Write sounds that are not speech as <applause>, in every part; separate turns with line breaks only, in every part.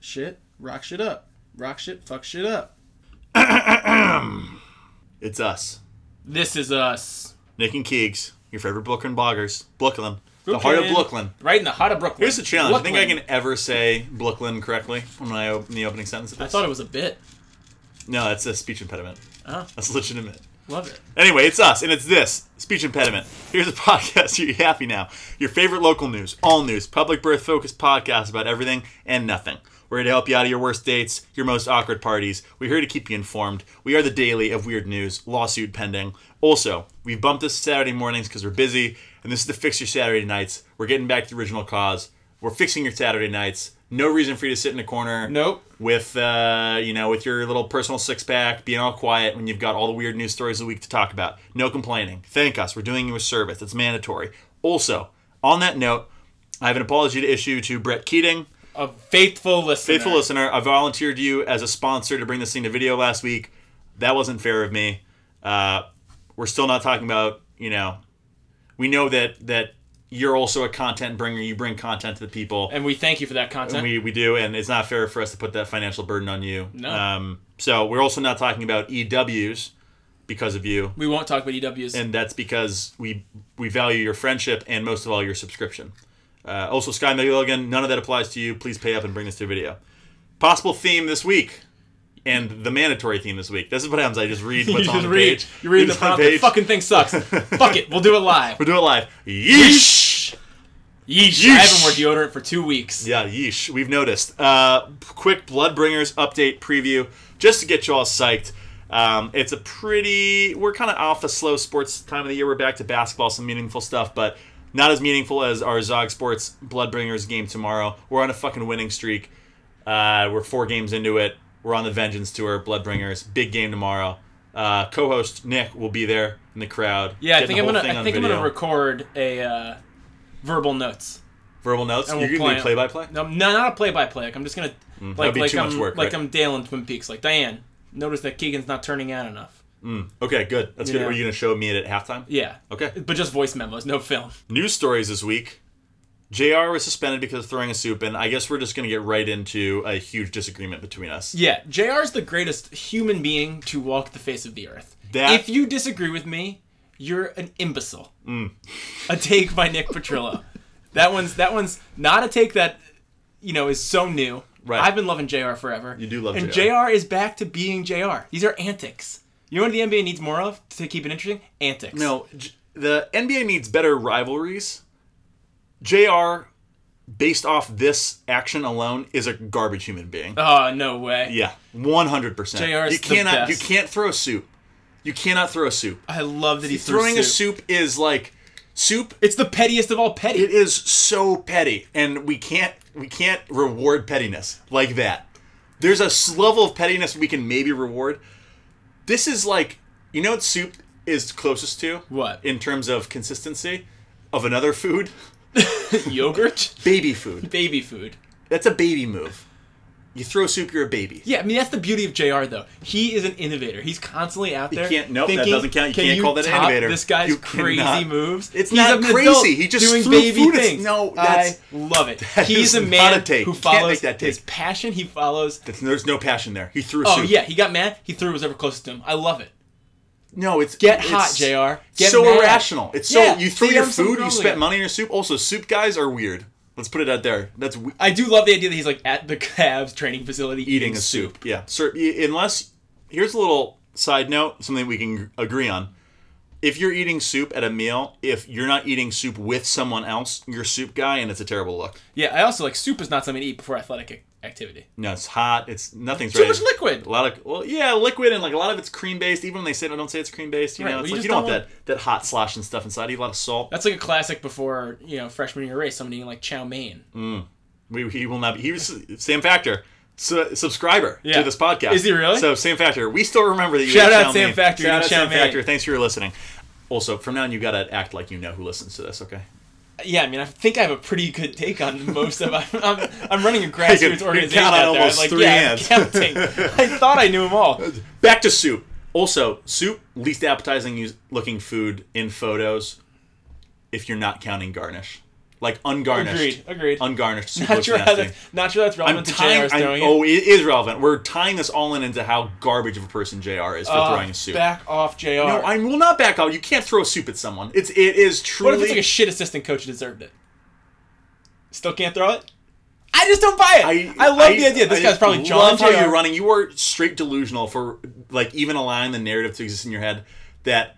shit, rock shit up, rock shit, fuck shit up.
It's us,
This is us,
Nick and Keegs, your favorite Brooklyn bloggers, Brooklyn, the heart of Brooklyn.
right in the heart of Brooklyn.
Here's the challenge. I think I
Brooklyn.
can ever say Brooklyn correctly when I open the opening sentence. Of
I
this.
thought it was a bit.
no, that's a speech impediment.
Oh.
That's legitimate.
Love it.
Anyway, it's us, and it's this speech impediment. Here's a <laughs> podcast. Are you happy now? Your favorite local news, all news, public birth focused podcast about everything and nothing. We're here to help you out of your worst dates, your most awkward parties. We're here to keep you informed. We are the daily of weird news, lawsuit pending. Also, we bumped this Saturday mornings because we're busy, and this is to fix your Saturday nights. We're getting back to the original cause. We're fixing your Saturday nights. No reason for you to sit in a corner
Nope.
with uh, you know with your little personal six pack, being all quiet when you've got all the weird news stories of the week to talk about. No complaining. Thank us. We're doing you a service. It's mandatory. Also, on that note, I have an apology to issue to Brett Keating,
A faithful listener.
faithful listener. I volunteered you as a sponsor to bring this thing to video last week. That wasn't fair of me. Uh, we're still not talking about you know. We know that that you're also a content bringer. You bring content to the people.
And we thank you for that content.
We, we do, and it's not fair for us to put that financial burden on you.
No.
Um, so we're also not talking about EWs because of you,
We won't talk about E EWs. <laughs>
and that's because we we value your friendship and most of all your subscription. Uh, also, Sky Milligan, none of that applies to you. Please pay up and bring this to video. Possible theme this week, and the mandatory theme this week. This is what happens. I just read
<laughs>
what's
you
on
just
the
read.
page.
You read the
It's on
prompt. The
page.
fucking thing <laughs> sucks. Fuck it. We'll do it live.
We'll do it live. Yeesh.
Yeesh. I haven't worn deodorant for two weeks.
Yeah, yeesh. We've noticed. Uh, quick Bloodbringers update preview, just to get you all psyched. Um, it's a pretty. We're kind of off the slow sports time of the year. We're back to basketball, some meaningful stuff, but not as meaningful as our Zog Sports Bloodbringers game tomorrow. We're on a fucking winning streak. Uh, we're four games into it. We're on the Vengeance Tour, Bloodbringers. Big game tomorrow. Uh, co-host Nick will be there in the crowd.
Yeah, I think
getting the
I'm
whole
gonna.
thing
I
on
think I'm gonna
video.
record a uh, verbal notes.
verbal notes.
and
You're
we'll
gonna do
play it.
play-by-play.
No, no, not a play-by-play. Like, I'm just gonna like
Mm, that'd be
like
too
I'm
much work,
like
right?
I'm Dale in Twin Peaks. Like Diane, notice that Keegan's not turning out enough.
Okay, good. That's good.
Yeah.
Are you gonna show me it at halftime?
Yeah.
Okay.
But just voice memos, no film.
News stories this week. JR was suspended because of throwing a soup, and I guess we're just going to get right into a huge disagreement between us.
Yeah, JR's the greatest human being to walk the face of the earth.
That-
If you disagree with me, you're an imbecile.
Mm.
A take by Nick Petrillo. that one's that one's not a take that you know is so new.
Right.
I've been loving JR forever.
You do love
and
JR.
And JR is back to being JR. These are antics. You know what the NBA needs more of to keep it interesting? Antics.
No, J- the NBA needs better rivalries. JR, based off this action alone, is a garbage human being.
Oh, no way.
yeah, 100%.
JR is the
you cannot
best.
you can't throw soup. You cannot throw soup.
I love that he threw
Throwing
soup.
a soup is like soup
It's the pettiest of all petty. <laughs>
it is so petty and we can't we can't reward pettiness like that there's a s- level of pettiness we can maybe reward this is like you know what soup is closest to
What?
in terms of consistency of another food
Yogurt?
baby food
Baby food.
that's a baby move you throw soup you're a baby
Yeah, I mean that's the beauty of Jr. Though he is an innovator. He's constantly out there.
can't- nope, that
thinking,
doesn't count. You
"Can
can't call that an
top
innovator."
This guy's
You
crazy
cannot.
moves.
It's
He's
not
an
crazy.
adult
He just
doing
threw
baby
food. It's-
things.
no,
I
that's-
love it.
that
He's
is
a
not
man
a take.
who
You can't make
follows
that take.
his passion. He follows.
That's- there's no passion there he threw
Oh
soup
yeah, he got mad. He threw whatever closest to him. I love it.
no it's
Get
it's
hot, Jr. Get
so
mad.
irrational it's
Yeah,
so you threw
see,
your
I'm so
food you
wrong
spent
again.
money on your soup also soup guys are weird let's put it out there that's we-
I do love the idea that he's like at the <laughs> Cavs training facility
eating a soup. Yeah. Sir, y- unless here's a little side note, something we can agree on. If you're eating soup at a meal, if you're not eating soup with someone else, you're a soup guy, and it's a terrible look.
Yeah, I also like soup is not something to eat before athletic ac- activity.
No, it's hot. It's nothing's
Too
right.
much liquid.
A lot of well, yeah, liquid, and like a lot of it's cream based. Even when they say I don't say it's cream based, you
Right,
know,
well,
it's
you
like
just
you don't,
don't
want, that that hot slosh and stuff inside. You eat a lot of salt.
That's like a classic before you know freshman year race. Somebody eating like chow mein.
We, he will not be. He was Sam Factor, su- subscriber
Yeah.
to this podcast.
Is he really?
So Sam Factor, we still remember that you.
Shout
ate
out
chow
Sam
mein.
Factor, you
Shout
ate
out
chow
Sam
mein.
Factor. Thanks for listening. Also, from now on, you gotta act like you know who listens to this. Okay.
Yeah, I mean, I think I have a pretty good take <laughs> on most of. I'm, I'm, I'm
<laughs>
running a
You
grassroots
can
organization
count on
out there. I'm
almost
like,
three
yeah,
hands.
I'm
<laughs>
counting. I thought I knew them all.
Back to soup. Also, soup least appetizing us- looking food in photos. If you're not counting garnish, like ungarnished.
Agreed. Agreed.
Ungarnished. Super
not sure how
nasty.
that's not sure that's
I'm
relevant to
tying.
JR's
I'm,
throwing it.
oh, it is relevant. We're tying this all in into how garbage of a person Jr. is for
Uh,
throwing a soup.
Back off, Jr.
no, I will not back out. You can't throw a soup at someone. It's it is
what
truly.
if it's like a shit assistant coach who deserved it? Still can't throw it. I just don't buy it. I, love the idea. This
I
guy's probably John
love how
Jr.
you're running. You are straight delusional for like even allowing the narrative to exist in your head that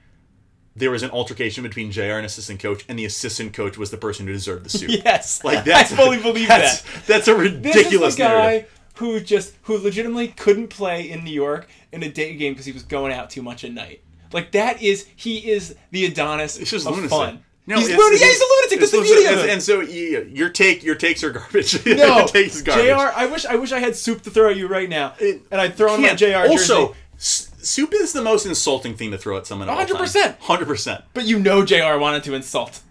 there was an altercation between Jr. and assistant coach, and the assistant coach was the person who deserved the soup.
<laughs> Yes,
Like that's
I fully believe
that's,
that.
That's a
This
ridiculous
is the guy
narrative.
who just who legitimately couldn't play in New York in a day game because he was going out too much at night. Like that is he is the Adonis
It's just
of
lunacy.
fun.
No,
he's
it's-
lunatic. Yeah,
it's-
he's a lunatic. That's
it's
the
lunacy-
beauty of
it's-
it. <laughs>
And so you, your take, your takes are garbage. <laughs>
No,
your takes is garbage.
Jr. I wish I wish I had soup to throw at you right now,
It-
and I'd throw in my
Can't-
Jr.
also,
jersey.
s- soup is the most insulting thing to throw at someone. Hundred
100%.
Hundred percent.
But you know, Jr. wanted to insult.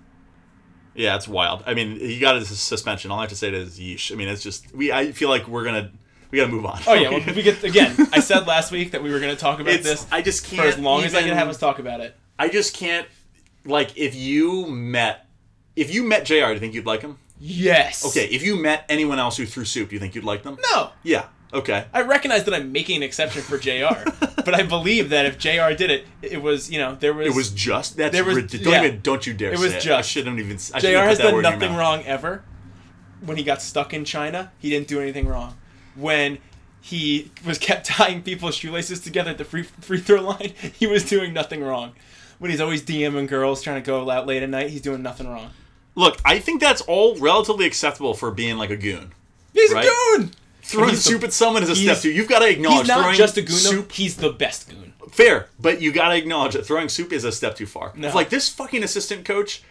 Yeah, it's wild. I mean, he got his suspension. All I have to say is yeesh. I mean, it's just we. I feel like we're gonna we gotta move on.
Oh
<laughs>
yeah, well, we get <laughs> again. I said last week that we were going to talk about
it's,
this
I just can't.
for as long as I
even-
can have us talk about it.
I just can't. Like, if you met, if you met Jr., do you think you'd like him?
Yes.
Okay. If you met anyone else who threw soup, do you think you'd like them?
No.
Yeah. Okay.
I recognize that I'm making an exception for JR, but I believe that if JR did it, it was, you know, there was.
It was just. That's
There was-
ridic- don't
yeah.
even. Don't you dare.
It was
say I
just.
shouldn't even. I
JR
shouldn't put
has
that
done
word in your
nothing
mouth.
wrong ever. When he got stuck in China, he didn't do anything wrong. When he was kept <laughs> tying people's shoelaces together at the free, free throw line, <laughs> he was doing nothing wrong. When he's always DMing girls trying to go out late at night, he's doing nothing wrong.
Look, I think that's all relatively acceptable for being like a goon.
He's
Right.
a goon!
Throwing
He's the-
soup at someone is a step
he's-
too. You've got to acknowledge
He's not
Oh, throwing
just a goon, though.
soup.
He's the best goon.
Fair, but you got to acknowledge that throwing soup is a step too far.
No.
It's Like this fucking assistant coach.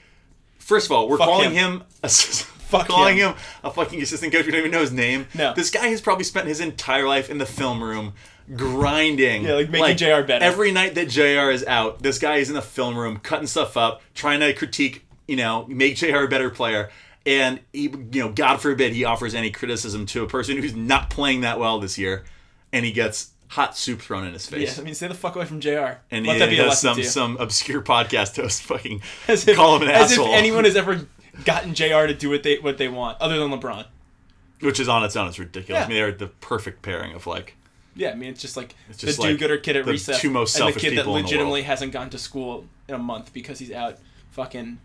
First of all, we're
Fuck
calling
him.
him, <laughs> assistant.
Fuck
calling
him.
him. a fucking assistant coach. We don't even know his name.
No.
This guy has probably spent his entire life in the film room grinding.
Yeah, like making JR better.
Every night that JR is out, this guy is in the film room cutting stuff up, trying to critique, you know, make JR a better player. And he, you know, God forbid he offers any criticism to a person who's not playing that well this year, and he gets hot soup thrown in his face
Yeah, I mean, stay the fuck away from JR.
and
Let
he
that be a
has
lesson
some
to you.
some obscure podcast host fucking
<laughs> As if,
call him an
as
asshole,
if anyone has ever gotten JR to do what they what they want, other than LeBron.
which is on its own. It's ridiculous.
Yeah.
I mean, they're the perfect pairing of like
Yeah, I mean it's just like
just
the
like
do-gooder kid at
the
recess
two most
and the
selfish
kid that
people in the
legitimately
world.
hasn't gone to school in a month because he's out fucking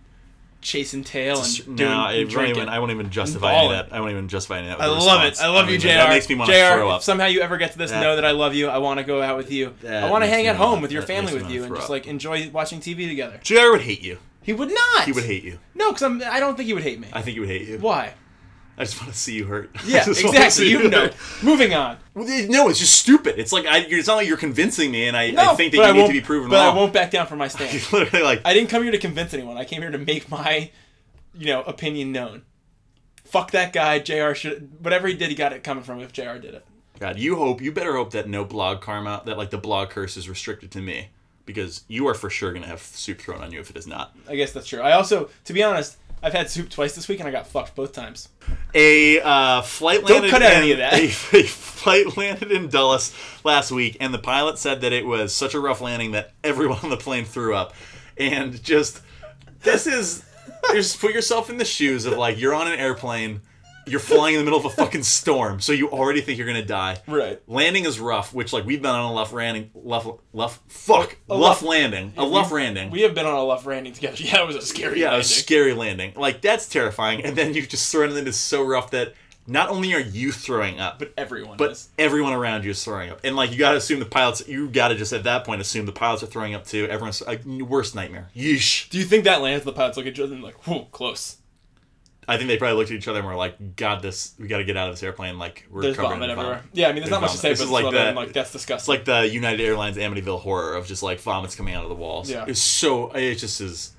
chasing tail and doing
no.
and
It won't
drinking.
even, I won't even justify any of
balling.
that. I won't even justify any of that.
I
with a
love it.
response.
I love
don't
you,
even-
JR.
That makes me want
JR,
to throw up.
if somehow you ever get to this,
That-
know that I love you. I want to go out with you.
That
I want to
makes
hang
me
at home
wanna-
with your
that makes
family
me
with
wanna
you and
throw
just
up.
like enjoy watching TV together.
JR would hate you.
He would not.
He would hate you.
No, because I'm. I don't think he would hate me.
I think he would hate you.
Why?
<laughs> I just want to see you hurt. <laughs> I
Yeah,
just wanna
exactly.
see
You know.
hurt.
Moving on.
Well, it- No, it's just stupid. It's like I, it's not like you're convincing me, and I, I think that
but
you need
won't-
to be proven
But
wrong.
I won't back down from my stand.
You're <laughs> literally like
I didn't come here to convince anyone. I came here to make my, you know, opinion known. Fuck that guy. Jr. should whatever he did, he got it coming from. If Jr. did it,
God, you hope you better hope that no blog karma that like the blog curse is restricted to me because you are for sure gonna have soup thrown on you if it is not.
I guess that's true. I also, to be honest, I've had soup twice this week and I got fucked both times.
A uh, flight
Don't
landed
cut out
in-
any of that.
<laughs> A, a flight landed in Dulles last week, and the pilot said that it was such a rough landing that everyone on the plane threw up, and just this is just put yourself in the shoes of like you're on an airplane. You're flying in the middle of a fucking storm, so you already think you're gonna die.
Right.
Landing is rough, which like we've been on a left landing, left, left, fuck, left
left-
landing, a left landing.
We have been on a left randing together. <laughs> Yeah, it was a scary.
yeah, a
landing.
scary landing. Like that's terrifying. And then you just throw it is so rough that not only are you throwing up, but
but everyone.
but
is.
everyone around you is throwing up. And like you gotta assume the pilots. You gotta just at that point assume the pilots are throwing up too. Everyone's like worst nightmare. Yeesh.
do you think that lands the pilots look at each other and like, whoa, close?
I think they probably looked at each other and were like, "God, this. We gotta get out of this airplane. Like we're
There's
covered in
vomit
vomit."
everywhere. Yeah, I mean, there's, not much
vomit.
to say,
This
but
is
it's
like
vomit.
that-
I'm like that's
It's
disgusting.
like the United Airlines Amityville horror of just like vomits coming out of the walls.
Yeah.
It's so it just is.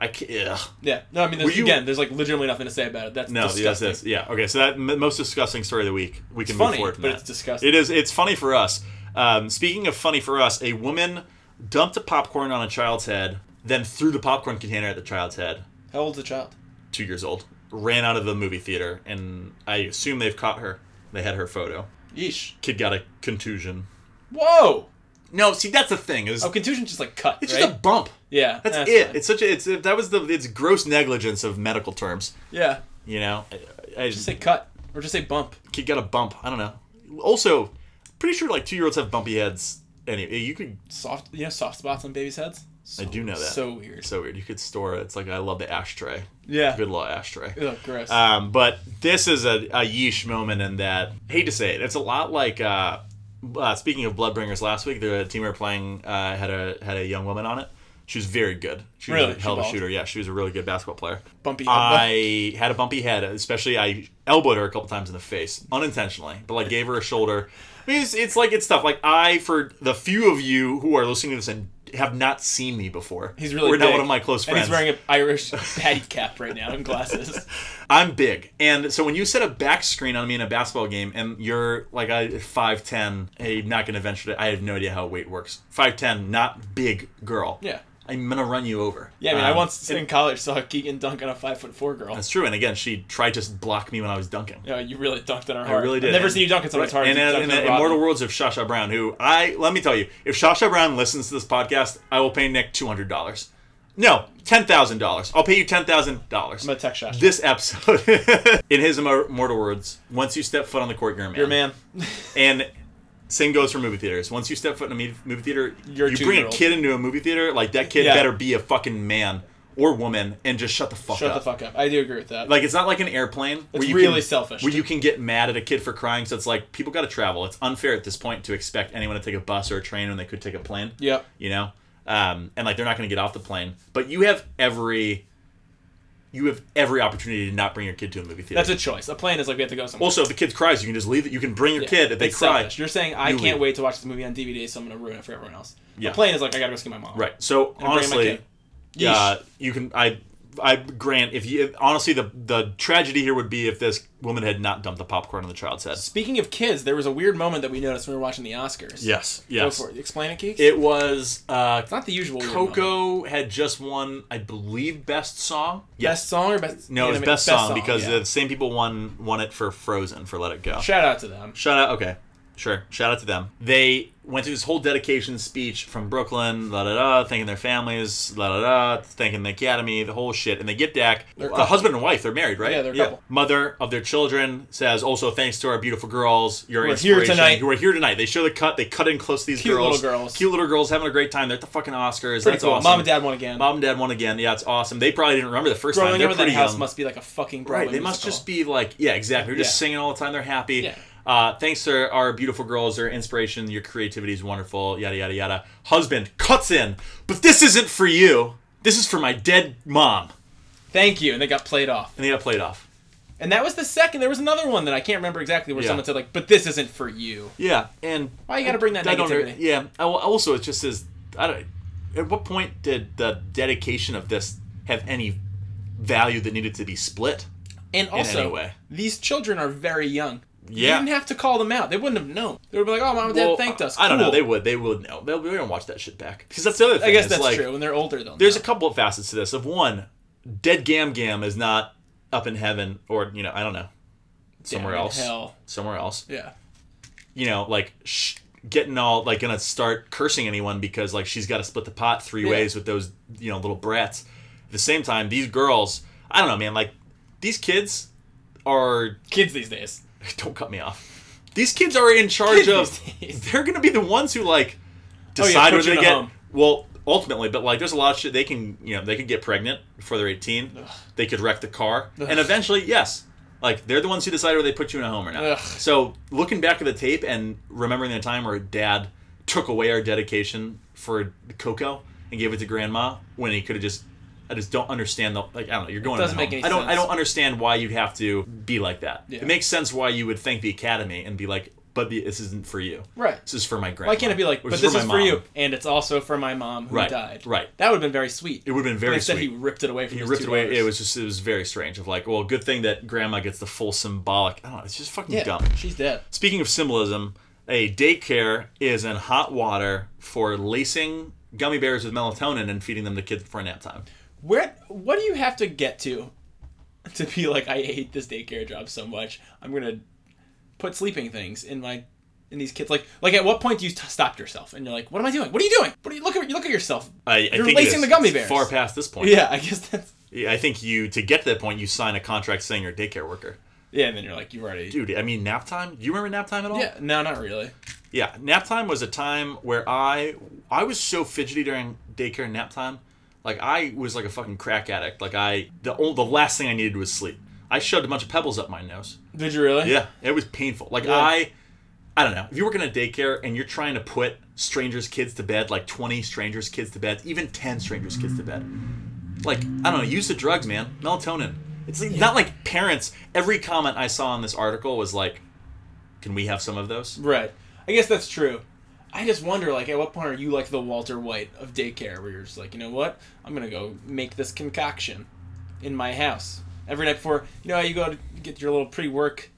I can't. Ugh.
yeah, no, I mean,
Were
there's,
you-
again, there's like literally nothing to say about it. That's
No, yes,
disgusting.
yes, yeah. Okay, so that m- most disgusting story of the week. We can move
funny,
forward. From
but
that.
it's disgusting.
It is. It's funny for us. Um, speaking of funny for us, a woman dumped a popcorn on a child's head, then threw the popcorn container at the child's head.
How old's the child?
Two years old, ran out of the movie theater, and I assume they've caught her. They had her photo.
Yeesh.
Kid got a contusion.
Whoa!
No, see that's the thing. Is
Oh, contusion's just like cut.
it's
right?
just a bump.
yeah.
That's,
that's
it.
fine.
It's such a it's that was the it's gross negligence of medical terms.
yeah.
You know, I, I
Just
just
say cut or just say bump.
kid got a bump. I don't know. Also, pretty sure like two year olds have bumpy heads. Anyway, you could.
Soft, you know, soft spots on babies' heads. So,
I do know that.
So weird.
It's so weird. You could store it. It's like I love the ashtray.
yeah.
Good law ashtray.
Ugh, gross.
Um, but this is a, a yeesh moment in that, hate to say it, it's a lot like, uh, uh, speaking of Bloodbringers last week, the team we were playing uh, had a had a young woman on it. She was very good. She was
Really?
a
She
hell of a
balled.
shooter. Yeah, she was a really good basketball player.
Bumpy.
I had a bumpy head, especially I elbowed her a couple times in the face, unintentionally, but like gave her a shoulder. I mean, it's, it's like it's stuff. Like I, for the few of you who are listening to this and have not seen me before,
He's really
we're not
big,
one of my close
and
friends.
he's wearing an Irish patty cap right now and
<laughs>
glasses.
I'm big, and so when you set a back screen on me in a basketball game, and you're like a five ten, a not gonna venture to. I have no idea how weight works. Five ten, not big girl.
Yeah.
I'm gonna run you over.
Yeah, I mean, I
Um,
once in college saw Keegan dunk on a five foot four girl.
That's true, and again, she tried to have me when I was dunking.
Yeah, you really dunked on her
I
hard.
really did.
I've never
And-
seen you dunk on someone's hard. as
And
you
in,
dunked
in
on
the
Robin.
immortal worlds of Shasha Brown, who I let me tell you, if Shasha Brown listens to this podcast, I will pay Nick two hundred dollars. No, ten thousand dollars. I'll pay you ten thousand dollars.
I'm a tech shot.
This episode, <laughs> in his immor- immortal words, once you step foot on the court, you're a man.
You're a man. <laughs>
And same goes for movie theaters. Once you step foot in a me- movie theater,
You're a
you bring a
two-year-old.
kid into a movie theater, like that kid
Yeah.
better be a fucking man or woman and just shut the fuck
Shut
up.
the fuck up. I do agree with that.
Like it's not like an airplane. It's
really selfish.
Where you can get mad at a kid for crying, so it's like people got to travel. It's unfair at this point to expect anyone to take a bus or a train when they could take a plane.
yep.
You know, um, and like they're not going to get off the plane. But you have every, you have every opportunity to not bring your kid to a movie theater.
That's a choice. A plan is like we have to go somewhere.
also, if the kid cries, you can just leave it. You can bring your kid if they
It's
cry.
selfish. You're saying I
You
can't
leave.
wait to watch this movie on DVD, so I'm gonna ruin it for everyone else.
Yeah.
A plan is like I gotta go see my mom.
Right. So
bring my
honestly,
kid.
yeah, you can. I, I grant if you honestly the the tragedy here would be if this woman had not dumped the popcorn on the child's head.
Speaking of kids, there was a weird moment that we noticed when we were watching the Oscars.
Yes.
Go
Yes.
for it. Explain it, Keeks.
It was uh,
It's not the usual. weird moment.
Coco had just won, I believe, best song.
Best song or best?
No, it was
anime-
best, song, because
yeah.
the same people won won it for Frozen for Let It Go.
Shout out to them.
Shout out. Okay. Sure. Shout out to them. They went through this whole dedication speech from Brooklyn, la da da, thanking their families, la da da, thanking the academy, the whole shit. And they get back.
They're a
A
couple.
husband and wife, they're married, right?
Yeah, they're a couple.
Mother of their children says, also thanks to our beautiful girls, your
Who are here
inspiration,
tonight.
who are here tonight. They show the cut, they cut in close to these
Cute
girls.
little girls.
Cute little girls having a great time. They're at the fucking Oscars.
Pretty
That's
cool.
awesome.
Mom and dad won again.
Mom and dad won again. Yeah, it's awesome. They probably didn't remember the first time.
Growing
They're
up in that
pretty
house
young.
must be like a fucking Broadway
Right, they must
musical.
just be like, yeah, exactly. They're just
Yeah.
singing all the time. They're happy.
Yeah.
Uh, thanks to our beautiful girls, their inspiration, your creativity is wonderful. Yada yada yada. Husband cuts in, but this isn't for you. This is for my dead mom.
Thank you, and they got played off.
And they got played off.
And that was the second. There was another one that I can't remember exactly where
Yeah.
someone said like, "But this isn't for you."
Yeah, and
Why you gotta bring that
I don't-
negativity?
Yeah. I- Also, it just says, I don't. At what point did the dedication of this have any value that needed to be split?
And also,
way.
these children are very young. You
Yeah.
didn't have to call them out. They wouldn't have known. They would be like, "Oh, mom and dad
Well,
thanked us."
I don't know.
Cool.
They would. They would know. They'll be gonna watch that shit back because that's the other thing.
I guess
It's
that's
like,
true. When they're older, though,
there's a couple of facets to this. Of one, Dead Gam Gam is not up in heaven, or you know, I don't know, somewhere
in
else,
hell.
somewhere else.
yeah.
You know, like sh- getting all like gonna start cursing anyone because like she's got to split the pot three
Yeah.
ways with those you know little brats. At the same time, these girls, I don't know, man. Like these kids are
Kids these days.
<laughs> don't cut me off. These kids are in charge
Kids
of.
these days. Oh,
They're going to be the ones who like
yeah,
decide
put you
whether
in
they
a
get.
home.
Well, ultimately, but like, there's a lot of shit they can. You know, they could get pregnant before they're 18. They could wreck the car, and eventually, yes, like they're the ones who decide whether they put you in a home or not.
Ugh.
So looking back at the tape and remembering the time where Dad took away our dedication for Coco and gave it to Grandma when he could have just. I just don't understand the like. I don't know. You're going.
doesn't
in a
make any
home. I don't. I
sense.
don't understand why you'd have to be like that.
Yeah.
It makes sense why you would thank the academy and be like, "But the, this isn't for you.
Right.
This is for my grandma."
Why can't it be like,
Or
"But this
my
is for
mom."
you," and it's also for my mom who
Right,
died.
right.
That would have been very sweet.
It would have been very
Instead,
sweet.
he ripped it away from.
He
his
ripped it
two
away.
daughters.
It was just. It was very strange. Of like, well, good thing that grandma gets the full symbolic. I don't know. It's just fucking
yeah.
dumb.
She's dead.
Speaking of symbolism, a daycare is in hot water for lacing gummy bears with melatonin and feeding them to kids before nap time.
Where? What do you have to get to, to be like, I hate this daycare job so much. I'm gonna put sleeping things in my in these kids? Like, like at what point do you t- stop yourself and you're like, what am I doing? What are you doing? What are you look at? You look at yourself. <laughs>
I, I
You're
think it
lacing
is.
the gummy
It's
bears.
Far past this point.
Yeah, I guess that's
Yeah, I think you to get to that point, you sign a contract saying you're a daycare worker.
yeah. And then you're like, you already.
Dude, I mean nap time. Do you remember nap time at all?
Yeah, no, not really.
Yeah, nap time was a time where I I was so fidgety during daycare and nap time. Like I was like a fucking crack addict. Like I the old, the last thing I needed was sleep. I shoved a bunch of pebbles up my nose.
Did you really?
Yeah, it was painful. Like
Yeah.
I I don't know. If you're working at a daycare and you're trying to put strangers kids to bed, like 20 strangers kids to bed, even 10 strangers kids to bed. Like, I don't know, use the drugs, man. Melatonin. It's like, not like parents. Every comment I saw on this article was like, "Can we have some of those?"
Right. I guess that's true. I just wonder, like, at what point are you like the Walter White of daycare, where you're just like, you know what? I'm gonna go make this concoction in my house every night before. You know, how you go to get your little pre-work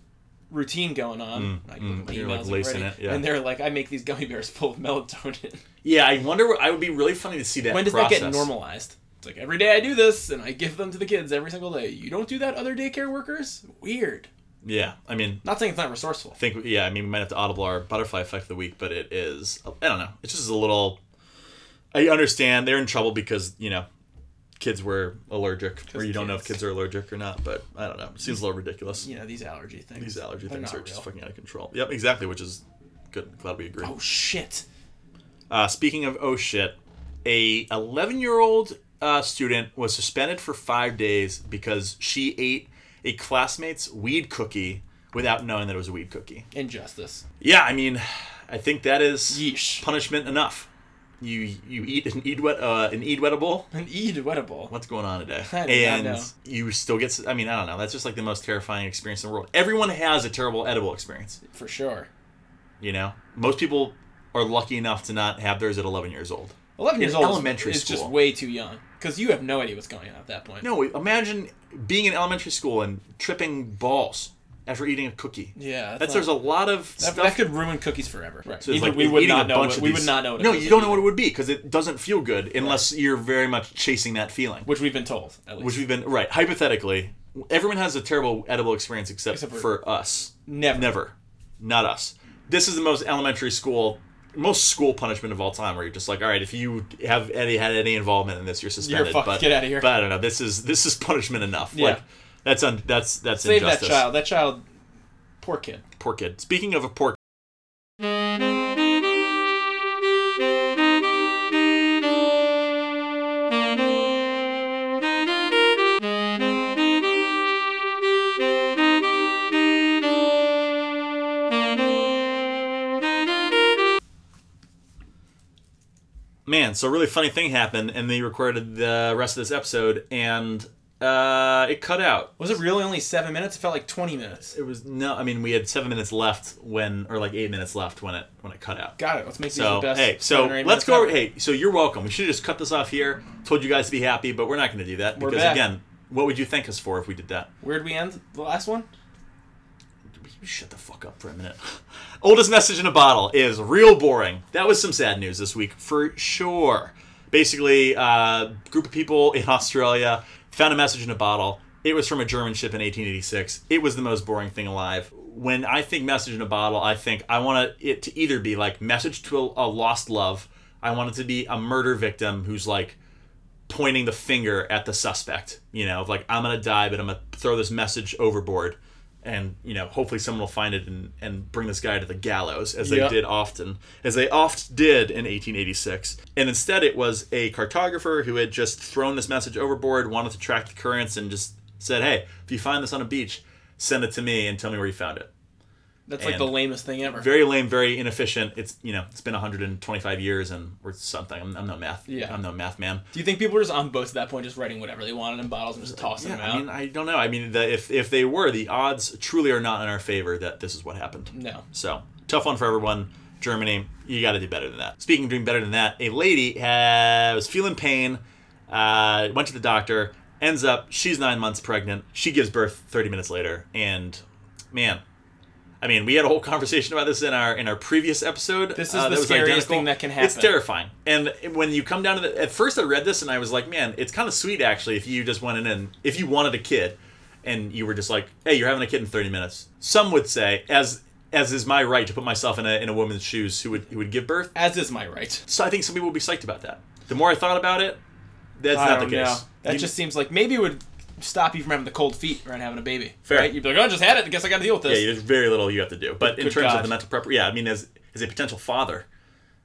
routine going on.
Mm,
like,
mm,
my
you're, like,
emails
lacing
already,
it, yeah.
And they're like, I make these gummy bears full of
<laughs>
melatonin.
Yeah, I wonder. What, I would be really funny to see that.
when does
process.
that get normalized? It's like every day I do this, and I give them to the kids every single day. You don't do that, other daycare workers? Weird.
Yeah, I mean,
Not saying it's not resourceful.
I think yeah, I mean, we might have to audible our butterfly effect of the week, but it is. I don't know. It's just a little. I understand they're in trouble because you know, kids were allergic, or you don't know if
kids.
kids are allergic or not. But I don't know. It seems a little ridiculous.
You know these allergy things.
These allergy
They're
things are
not
just
real.
fucking out of control. Yep, exactly. Which is good. Glad we agree.
Oh shit.
Uh, speaking of oh shit, a 11 year old uh, student was suspended for five days because she ate a classmate's weed cookie without knowing that it was a weed cookie.
Injustice.
Yeah, I mean, I think that is
Yeesh.
punishment enough. You you eat an eat wet uh, an eat wettable.
An edible.
What's going on today?
I did not
and
know.
you still get. s- I mean, I don't know. That's just like the most terrifying experience in the world. Everyone has a terrible edible experience.
For sure.
You know, most people are lucky enough to not have theirs at 11 years old.
11 years
In
old
elementary
is, is just
school.
way too young. Because you have no idea what's going on at that point.
No, imagine being in elementary school and tripping balls after eating a cookie.
Yeah.
That's
not-
there's a lot of
that,
stuff.
that could ruin cookies forever. Right.
so it's
Even-
like e-
we would
eating
not
a
know.
bunch
What,
of
we
these-
would not know. What a
no,
cookie
you don't know
is,
what it would be because it doesn't feel good unless you're very much chasing that feeling.
Which we've been told. At least.
Which we've been right. Hypothetically, everyone has a terrible edible experience except,
Except for-
for, us.
never.
Never, not us. This is the most elementary school, most school punishment of all time, where you're just like, all right, if you have any had any involvement in this, you're suspended.
fucked.
But,
Get outta here.
But I don't know. This is this is punishment enough.
Yeah.
Like that's un, that's that's
Save
injustice.
that child. That child. Poor kid.
Poor kid. Speaking of a poor. Man, so a really funny thing happened, and they recorded the rest of this episode, and uh, it cut out.
Was it really only seven minutes? It felt like 20 minutes.
It was no. I mean, we had seven minutes left when, or like eight minutes left when it when it cut out.
Got it. Let's make
So
these the best.
hey, so
seven or eight minutes
let's go.
ever.
Hey, so you're welcome. We should have just cut this off here. Told you guys to be happy, but we're not going to do that
We're
because
back.
again, what would you thank us for if we did that?
Where'd we end? The last one?
You shut the fuck up for a minute. <laughs> Oldest message in a bottle is real boring. That was some sad news this week for sure. Basically, uh, group of people in <laughs> Australia found a message in a bottle. It was from a German ship in 1886. It was the most boring thing alive. When I think message in a bottle, I think I want it to either be like message to a, a lost love. I want it to be a murder victim who's like pointing the finger at the suspect. You know, of like I'm gonna die, but I'm gonna throw this message overboard, and you know, hopefully someone will find it and, and bring this guy to the gallows, as
Yeah.
they did often, as they oft did in 1886. And instead, it was a cartographer who had just thrown this message overboard, wanted to track the currents, and just said, "Hey, if you find this on a beach, send it to me and tell me where you found it."
That's like
And-
the lamest thing ever.
Very lame, very inefficient. It's you know, it's been 125 years and or something. I'm, I'm no math.
Yeah.
I'm no math man.
Do you think people were just on boats at that point, just writing whatever they wanted in bottles and just tossing
Yeah,
them out?
I mean, I don't know. I mean, the, if if they were, the odds truly are not in our favor that this is what happened.
no.
So tough one for everyone. Germany, you got to do better than that. Speaking of doing better than that, a lady uh, was feeling pain, uh, went to the doctor, ends up she's nine months pregnant. She gives birth thirty minutes later, and man. I mean, we had a whole conversation about this in our in our previous episode.
This is
uh,
the
that was
scariest
identical.
thing that can
It's
happen.
terrifying. And when you come down to the, at first I read this and I was like, man, it's kind of sweet actually. If you just went in and if you wanted a kid, and you were just like, hey, you're having a kid in 30 minutes. Some would say, as as is my right to put myself in a, in a woman's shoes who would who would give birth.
As is my right.
So I think some people would be psyched about that. The more I thought about it, that's
I
not the
don't
case.
know. That
You-
just seems like maybe it would stop you from having the cold feet around having a baby.
Fair.
Right? You'd be like, oh, I just had it. I guess I got to deal with
yeah,
this.
there's very little you have to do. But in
Good
terms of
God.
the mental prep, yeah, I mean, as as a potential father,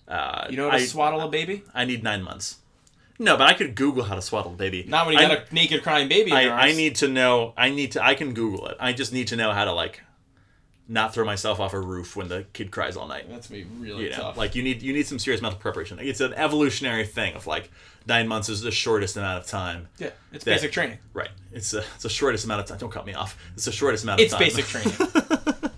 uh,
you know how to
I,
swaddle a baby?
I need nine months. No, but I could Google how to swaddle a baby.
Not when you
I,
got a naked crying baby. In
I,
your
I
arms.
need to know. I need to. I can Google it. I just need to know how to like, not throw myself off a roof when the kid cries all night.
That's gonna be really
You know,
tough.
like you need you need some serious mental preparation. Like, It's an evolutionary thing of like nine months is the shortest amount of time.
yeah, it's
that-
basic training.
Right. It's a it's the shortest amount of time. Don't cut me off. It's the shortest amount of
It's
time. <laughs>
basic training.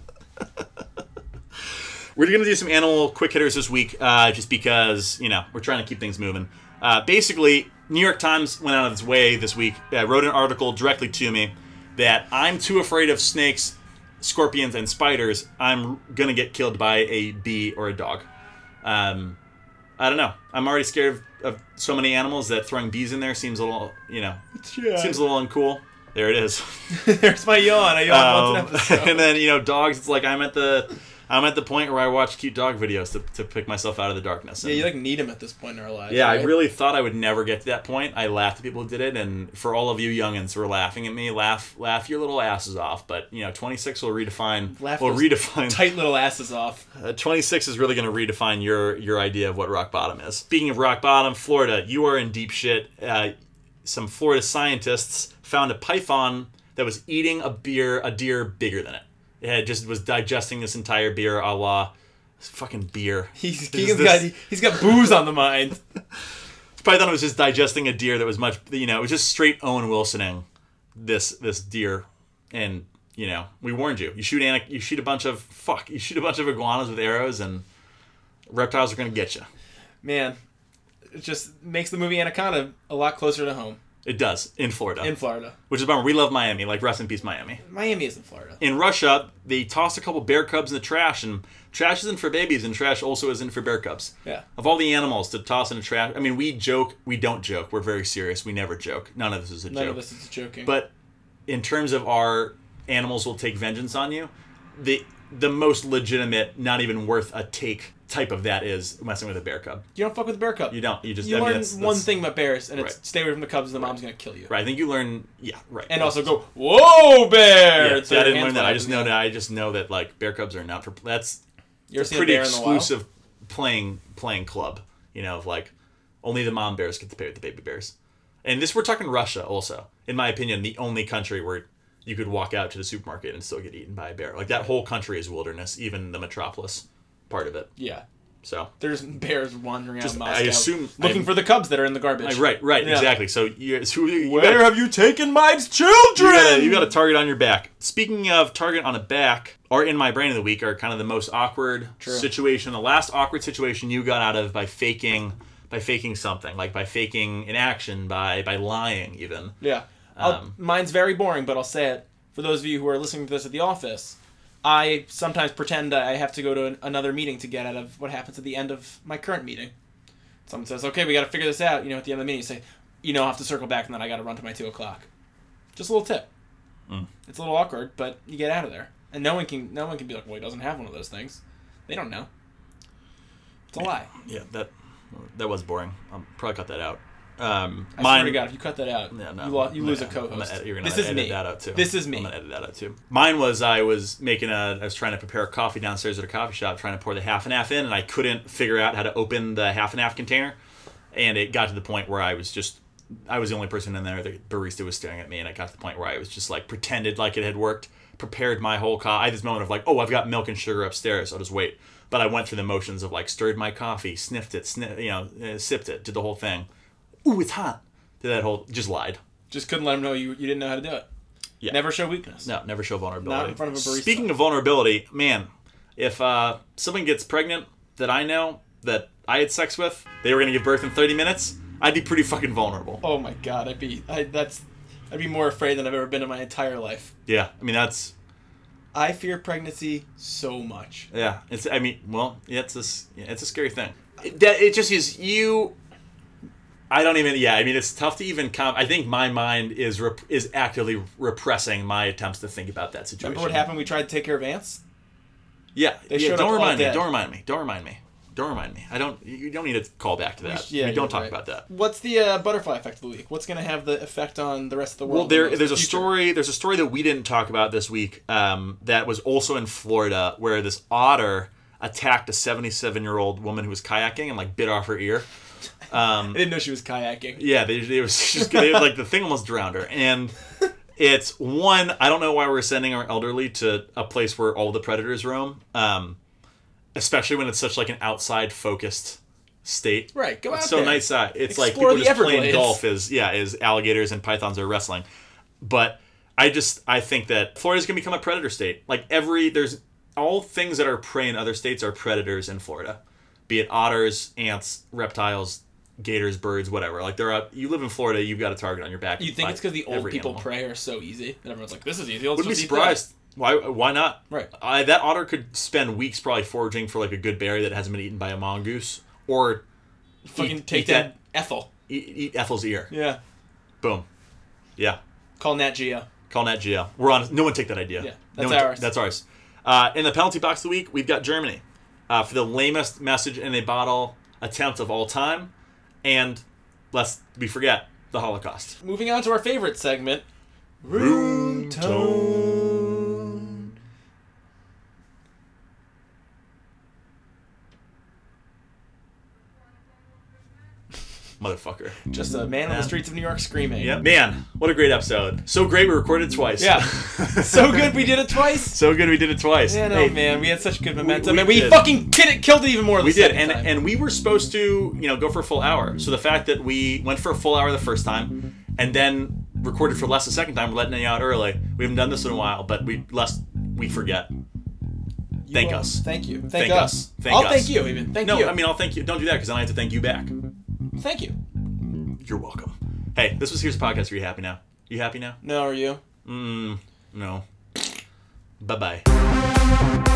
We're gonna do some animal quick hitters this week, uh, just because you know we're trying to keep things moving. Uh, basically, New York Times went out of its way this week, uh, wrote an article directly to me that I'm too afraid of snakes, scorpions, and spiders. I'm gonna get killed by a bee or a dog. Um, I don't know. I'm already scared of, of so many animals that throwing bees in there seems a little, you know,
uh,
seems a little uncool. There it is. <laughs>
<laughs> There's my yawn. I yawned once an
Um,
episode.
<laughs> and then you know dogs it's like i'm at the i'm at the point where i watch cute dog videos to, to pick myself out of the darkness
Yeah,
And-
you like need them at this point in our lives.
yeah i
right?
really thought i would never get to that point i laughed at people who did it and for all of you youngins who are laughing at me laugh laugh your little asses off but you know 26 will redefine
Laugh
will
those
redefine
tight little asses off.
uh, 26 is really going to redefine your your idea of what rock bottom is. Speaking of rock bottom, Florida, you are in deep shit. Uh, some Florida scientists found a python that was eating a beer, a deer bigger than it. It had just was digesting this entire beer, a la fucking beer.
He's
This-
Keegan's
this-
got he's got booze on the mind.
Python was just digesting a deer that was much, you know, it was just straight Owen Wilsoning this this deer, and you know, we warned you. You shoot an, you shoot a bunch of fuck, you shoot a bunch of iguanas with arrows, and reptiles are gonna get you.
Man, it just makes the movie Anaconda a lot closer to home
It does in Florida,
in Florida.
which is a bummer. We love Miami. Like rest in peace, Miami.
Miami is in Florida.
In Russia, they toss a couple bear cubs in the trash, and trash isn't for babies, and trash also isn't for bear cubs.
Yeah.
Of all the animals to toss in the trash, I mean, we joke, we don't joke. We're very serious. We never joke. None of this is a
None
joke.
of us is joking.
But in terms of our animals will take vengeance on you, the the most legitimate, not even worth a take type of that is messing with a bear cub.
you don't fuck with a bear cub.
You don't. You just
You
I mean,
learn
that's-
one
that's-
thing about bears, and it's
Right.
stay away from the cubs, and the mom's gonna kill you.
Right. I think you learn. Yeah. Right.
And also go, whoa, bear!
Yeah,
It's
see, I
their
didn't
hand
learn that. I
flapping.
just know that. I just know that like bear cubs are not for. That's
You ever seen a
pretty
bear in the wild?
exclusive playing playing club. You know, of like only the mom bears get to play with the baby bears. And this we're talking Russia also. In my opinion, the only country where you could walk out to the supermarket and still get eaten by a bear. Like that whole country is wilderness, even the metropolis part of it.
Yeah.
So
There's bears wandering around Moscow.
I assume-
looking
I-
for the cubs that are in the garbage.
like, right, right,
Yeah.
exactly. So you, so you
Where
gotta-
have you taken my children?
You got, a, you got a target on your back. Speaking of target on a back, our in my brain of the week are kind of the most awkward
True.
situation. The last awkward situation you got out of by faking by faking something, like by faking an action, by by lying even.
Yeah. I'll,
Um,
mine's very boring, but I'll say it. For those of you who are listening to this at the office, I sometimes pretend I have to go to an, another meeting to get out of what happens at the end of my current meeting. Someone says, okay, we got to figure this out. You know, at the end of the meeting, you say, you know, I'll have to circle back and then I got to run to my 2 o'clock. Just a little tip.
Mm.
It's a little awkward, but you get out of there. And no one can no one can be like, well, he doesn't have one of those things. They don't know. It's a lie.
Yeah, that that was boring. I'll probably cut that out. Um,
I swear to God, if you cut that out,
Yeah, no,
you, lo- you
I'm
lose
gonna-
a
I'm gonna
co-host.
edit- You're gonna
This is
edit
me.
that out too.
This is me.
I'm gonna edit that out too. Mine was I was making a I was trying to prepare a coffee downstairs at a coffee shop, trying to pour the half and half in, and I couldn't figure out how to open the half and half container, and it got to the point where I was just I was the only person in there. The barista was staring at me, and I got to the point where I was just like pretended like it had worked, prepared my whole coffee. I had this moment of like, oh, I've got milk and sugar upstairs. I'll just wait. But I went through the motions of like stirred my coffee, sniffed it, sniff, you know, uh, sipped it, did the whole thing. Ooh, it's hot. Did that whole just lied.
Just couldn't let them know you, you didn't know how to do it.
Yeah.
Never show weakness.
No, never show vulnerability.
Not in front of a barista.
Speaking of vulnerability, man, if uh, someone gets pregnant that I know that I had sex with, they were gonna give birth in 30 minutes, I'd be pretty fucking vulnerable.
Oh my god, I'd be I, that's I'd be more afraid than I've ever been in my entire life.
Yeah, I mean that's
I fear pregnancy so much.
yeah. It's I mean well, yeah, it's this it's a scary thing. It, that it just is you. I don't even yeah. I mean it's tough to even comp. I think my mind is rep- is actively repressing my attempts to think about that situation.
Remember what happened? We tried to take care of ants.
Yeah,
They
yeah.
showed up
Don't
all
remind me.
dead.
Don't remind me. Don't remind me. Don't remind me. I don't. You don't need to call back to that.
Yeah,
we don't
you're
talk
right.
about that.
What's the uh, butterfly effect of the week? What's going to have the effect on the rest of the world?
Well, there,
in the
there's a
future?
story. There's a story that we didn't talk about this week. Um, that was also in Florida, where this otter attacked a 77 year old woman who was kayaking and like bit off her ear. Um,
I didn't know she was kayaking.
Yeah, they, they was <laughs> just they, like the thing almost drowned her, and it's one. I don't know why we're sending our elderly to a place where all the predators roam, um, especially when it's such like an outside focused state.
Right, go out
It's so
there.
nice that it's like
Explore
people
the
just playing
Everglades.
golf is yeah is alligators and pythons are wrestling, but I just I think that Florida's gonna become a predator state. Like every there's all things that are prey in other states are predators in Florida, be it otters, ants, reptiles, gators, birds, whatever. Like there are you live in Florida, you've got a target on your back.
You think
by
it's because the old
every
people
animal.
pray are so easy that everyone's like, "This is easy." Let's
Wouldn't be
just eat
surprised. Why? Why not?
Right.
I, that otter could spend weeks probably foraging for like a good berry that hasn't been eaten by a mongoose, or
that. Fucking
Eat-
take
eat
that, Ethel.
eat, eat Ethel's ear.
Yeah.
Boom. Yeah.
Call Nat Geo.
Call Nat Geo. We're on. No one take that idea.
Yeah,
no
that's
one t-
ours.
that's ours. Uh, in the penalty box of the week, we've got Germany uh, for the lamest message in a bottle attempt of all time, and lest we forget the Holocaust.
Moving on to our favorite segment.
Room
tone.
Motherfucker.
Just a man on the streets of New York screaming.
Yeah. Man, what a great episode. So great we recorded twice.
Yeah. <laughs> So good we did it twice.
<laughs> so good we did it twice.
Man,
Hey,
oh man, we had such good momentum,
we
and we
did.
fucking kid it, killed it even more.
We did, and and we were supposed to, you know, go for a full hour. So the fact that we went for a full hour the first time, and then recorded for less the second time, we're letting it out early. We haven't done this in a while, but we lest we forget.
You
thank
are-
us.
Thank you. Thank,
Thank
us.
us. Thank
I'll
us.
thank you even. Thank
No,
you.
I mean I'll thank you. Don't do that because then I have to thank you back.
thank you.
You're welcome. Hey, this was here's a podcast. Are you happy now? You happy now?
No, are you?
Mm, no. Bye bye.